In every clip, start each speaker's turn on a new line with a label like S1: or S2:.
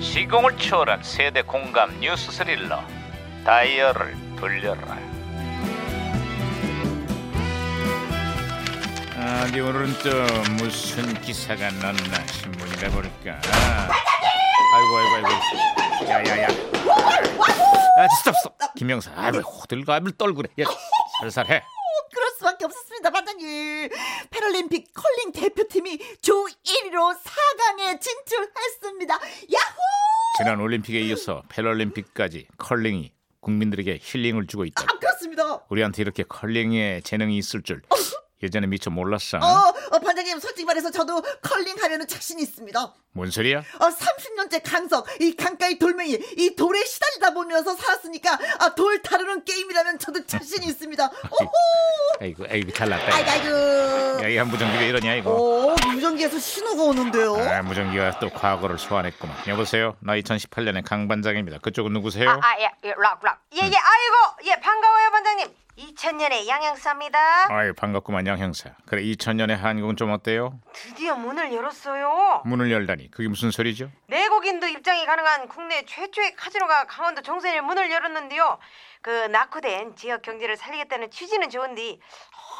S1: 시공을 초월한 세대 공감 뉴스 스릴러 다이얼을 돌려라 아, 어디 오늘은 또 무슨 기사가 났나 신문이라 볼까 아이고 아이고 아이고 야야야 아 스톱 스톱 김영사 아왜 호들갑을 떨구래 야 살살해
S2: 그럴 수밖에 없었습니다, 반장님. 패럴림픽 컬링 대표팀이 조 1위로 4강에 진출했습니다. 야호!
S1: 지난 올림픽에 이어서 패럴림픽까지 컬링이 국민들에게 힐링을 주고 있다
S2: 아, 그렇습니다.
S1: 우리한테 이렇게 컬링에 재능이 있을 줄 예전에 미처 몰랐어.
S2: 어, 어, 반장님, 솔직히 말해서 저도 컬링 하려는 자신이 있습니다. 어,
S1: 뭔 소리야?
S2: 30년째 강석, 이 강가의 돌멩이, 이 돌에 시달리다 보면서 살았으니까, 아, 돌 다루는 게임이라면 저도 자신이 있습니다. 오호!
S1: 아이고, 아이고 잘났다.
S2: 아이고, 어? 아이고.
S1: 야, 이 한무전기가 이러냐 이거?
S2: 오, 무전기에서 신호가 오는데요.
S1: 아, 무전기가 또 과거를 소환했구만. 여보세요, 나 2018년의 강 반장입니다. 그쪽은 누구세요? 네.
S3: 아, 아, 예, 예, 락, 락. 예, 예, 아이고, 예, 반가워요, 반장님. 2000년의 양양사입니다.
S1: 아유 반갑구만 양 형사. 그래 2000년의 한국은 좀 어때요?
S3: 드디어 문을 열었어요.
S1: 문을 열다니 그게 무슨 소리죠?
S3: 내국인도 입장이 가능한 국내 최초의 카지노가 강원도 정선에 문을 열었는데요. 그 낙후된 지역 경제를 살리겠다는 취지는 좋은데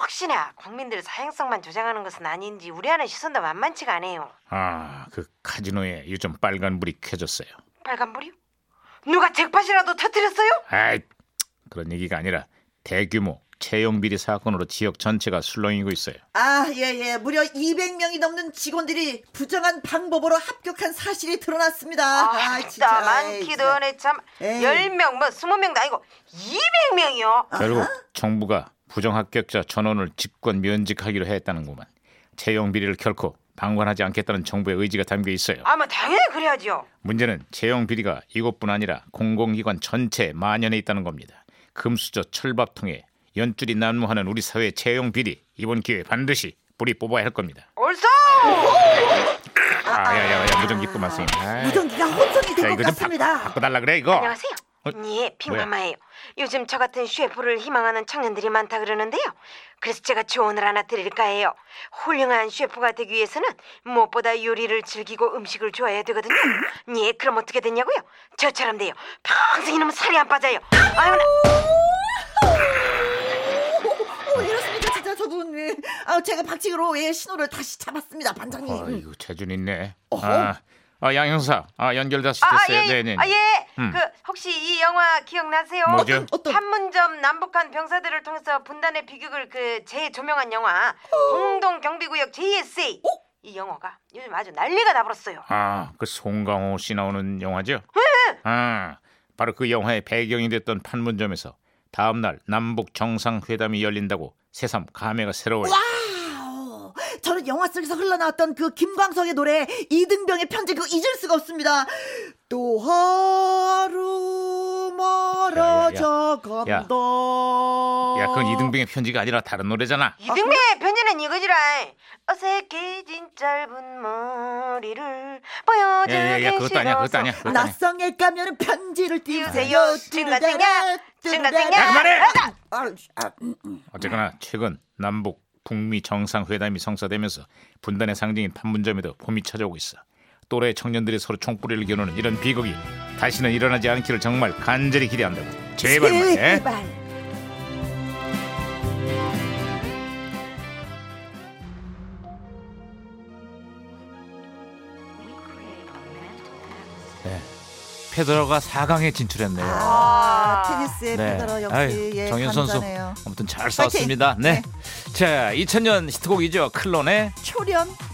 S3: 혹시나 국민들 사행성만 조장하는 것은 아닌지 우려하는 시선도 만만치가 않아요.
S1: 아, 그 카지노에 요즘 빨간 불이 켜졌어요.
S3: 빨간불이요? 누가 잭팟이라도 터뜨렸어요?
S1: 아이, 그런 얘기가 아니라 대규모 채용 비리 사건으로 지역 전체가 술렁이고 있어요.
S2: 아, 예, 예. 무려 200명이 넘는 직원들이 부정한 방법으로 합격한 사실이 드러났습니다.
S3: 아, 진짜
S2: 에이,
S3: 많기도
S2: 진짜.
S3: 하네 참.
S2: 에이.
S3: 10명, 뭐 20명도 아니고 200명이요.
S1: 결국 정부가 부정합격자 전원을 직권 면직하기로 했다는구만. 채용 비리를 결코 방관하지 않겠다는 정부의 의지가 담겨 있어요.
S3: 아마 당연히 그래야죠.
S1: 문제는 채용 비리가 이것뿐 아니라 공공기관 전체에 만연해 있다는 겁니다. 금수저 철밥통에 연줄이 난무하는 우리 사회의 채용 비리 이번 기회에 반드시 뿌리 뽑아야 할 겁니다.
S3: 올소!
S1: 아야야야 무전기 끄만 선님
S2: 네. 무전기가 혼선이 된 것 같습니다.
S1: 바꿔달라 그래 이거.
S3: 안녕하세요.
S1: 어,
S3: 예, 핑마마예요. 요즘 저 같은 셰프를 희망하는 청년들이 많다 그러는데요. 그래서 제가 조언을 하나 드릴까 해요. 훌륭한 셰프가 되기 위해서는 무엇보다 요리를 즐기고 음식을 좋아해야 되거든요. 예, 그럼 어떻게 되냐고요? 저처럼 돼요. 평생 이놈은 살이 안 빠져요. 아유, 나...
S2: 오, 이렇습니까, 진짜 저분. 예. 아, 제가 박치기로 예, 신호를 다시 잡았습니다, 반장님.
S1: 어, 아이고 예. 재준 있네. 아, 아, 양 형사, 아 연결 다시
S3: 아, 아,
S1: 됐어요.
S3: 예, 예.
S1: 네네.
S3: 아, 예.
S1: 음.
S3: 그 혹시 이 영화 기억나세요?
S1: 뭐죠?
S2: 어떤, 어떤?
S3: 판문점 남북한 병사들을 통해서 분단의 비극을 그 재조명한 영화 공동 경비구역 JSA.
S2: 어?
S3: 이 영화가 요즘 아주 난리가 나버렸어요.
S1: 아, 그 송강호 씨 나오는 영화죠? 아, 바로 그 영화의 배경이 됐던 판문점에서 다음 날 남북 정상회담이 열린다고 새삼 감회가 새로워요.
S2: 와우. 저는 영화 속에서 흘러나왔던 그 김광석의 노래 이등병의 편지 그거 잊을 수가 없습니다. 또 하루 멀어져
S1: 야.
S2: 간다.
S1: 야, 그건 이등병의 편지가 아니라 다른 노래잖아.
S3: 이등배 편지는 이거지라. 어색해진 짧은 머리를 보여주기
S1: 야, 야, 야, 예, 그것도 아니야, 그것도
S3: 싫어서.
S1: 아니야. 그것도 아니야.
S2: 낯성에 까면 편지를 띄우세요.
S3: 띄우세요. 증가증가,
S1: 야,
S3: 증가증가.
S1: 그만해!
S2: 아, 아, 음, 음.
S1: 어쨌거나 최근 남북 북미 정상회담이 성사되면서 분단의 상징인 판문점에도 봄이 찾아오고 있어. 또래 청년들이 서로 총뿌리를 겨누는 이런 비극이 다시는 일어나지 않기를 정말 간절히 기대한다고. 제발 말해.
S2: 제발.
S4: 페더러가 4강에 진출했네요.
S2: 아, 테니스의
S4: 네.
S2: 페더러 역시
S4: 아유,
S2: 예,
S4: 정현 선수
S2: 강자네요.
S4: 아무튼 잘 싸웠습니다. 네.
S2: 파이팅!
S4: 자, 2000년 히트곡이죠. 클론의
S2: 초련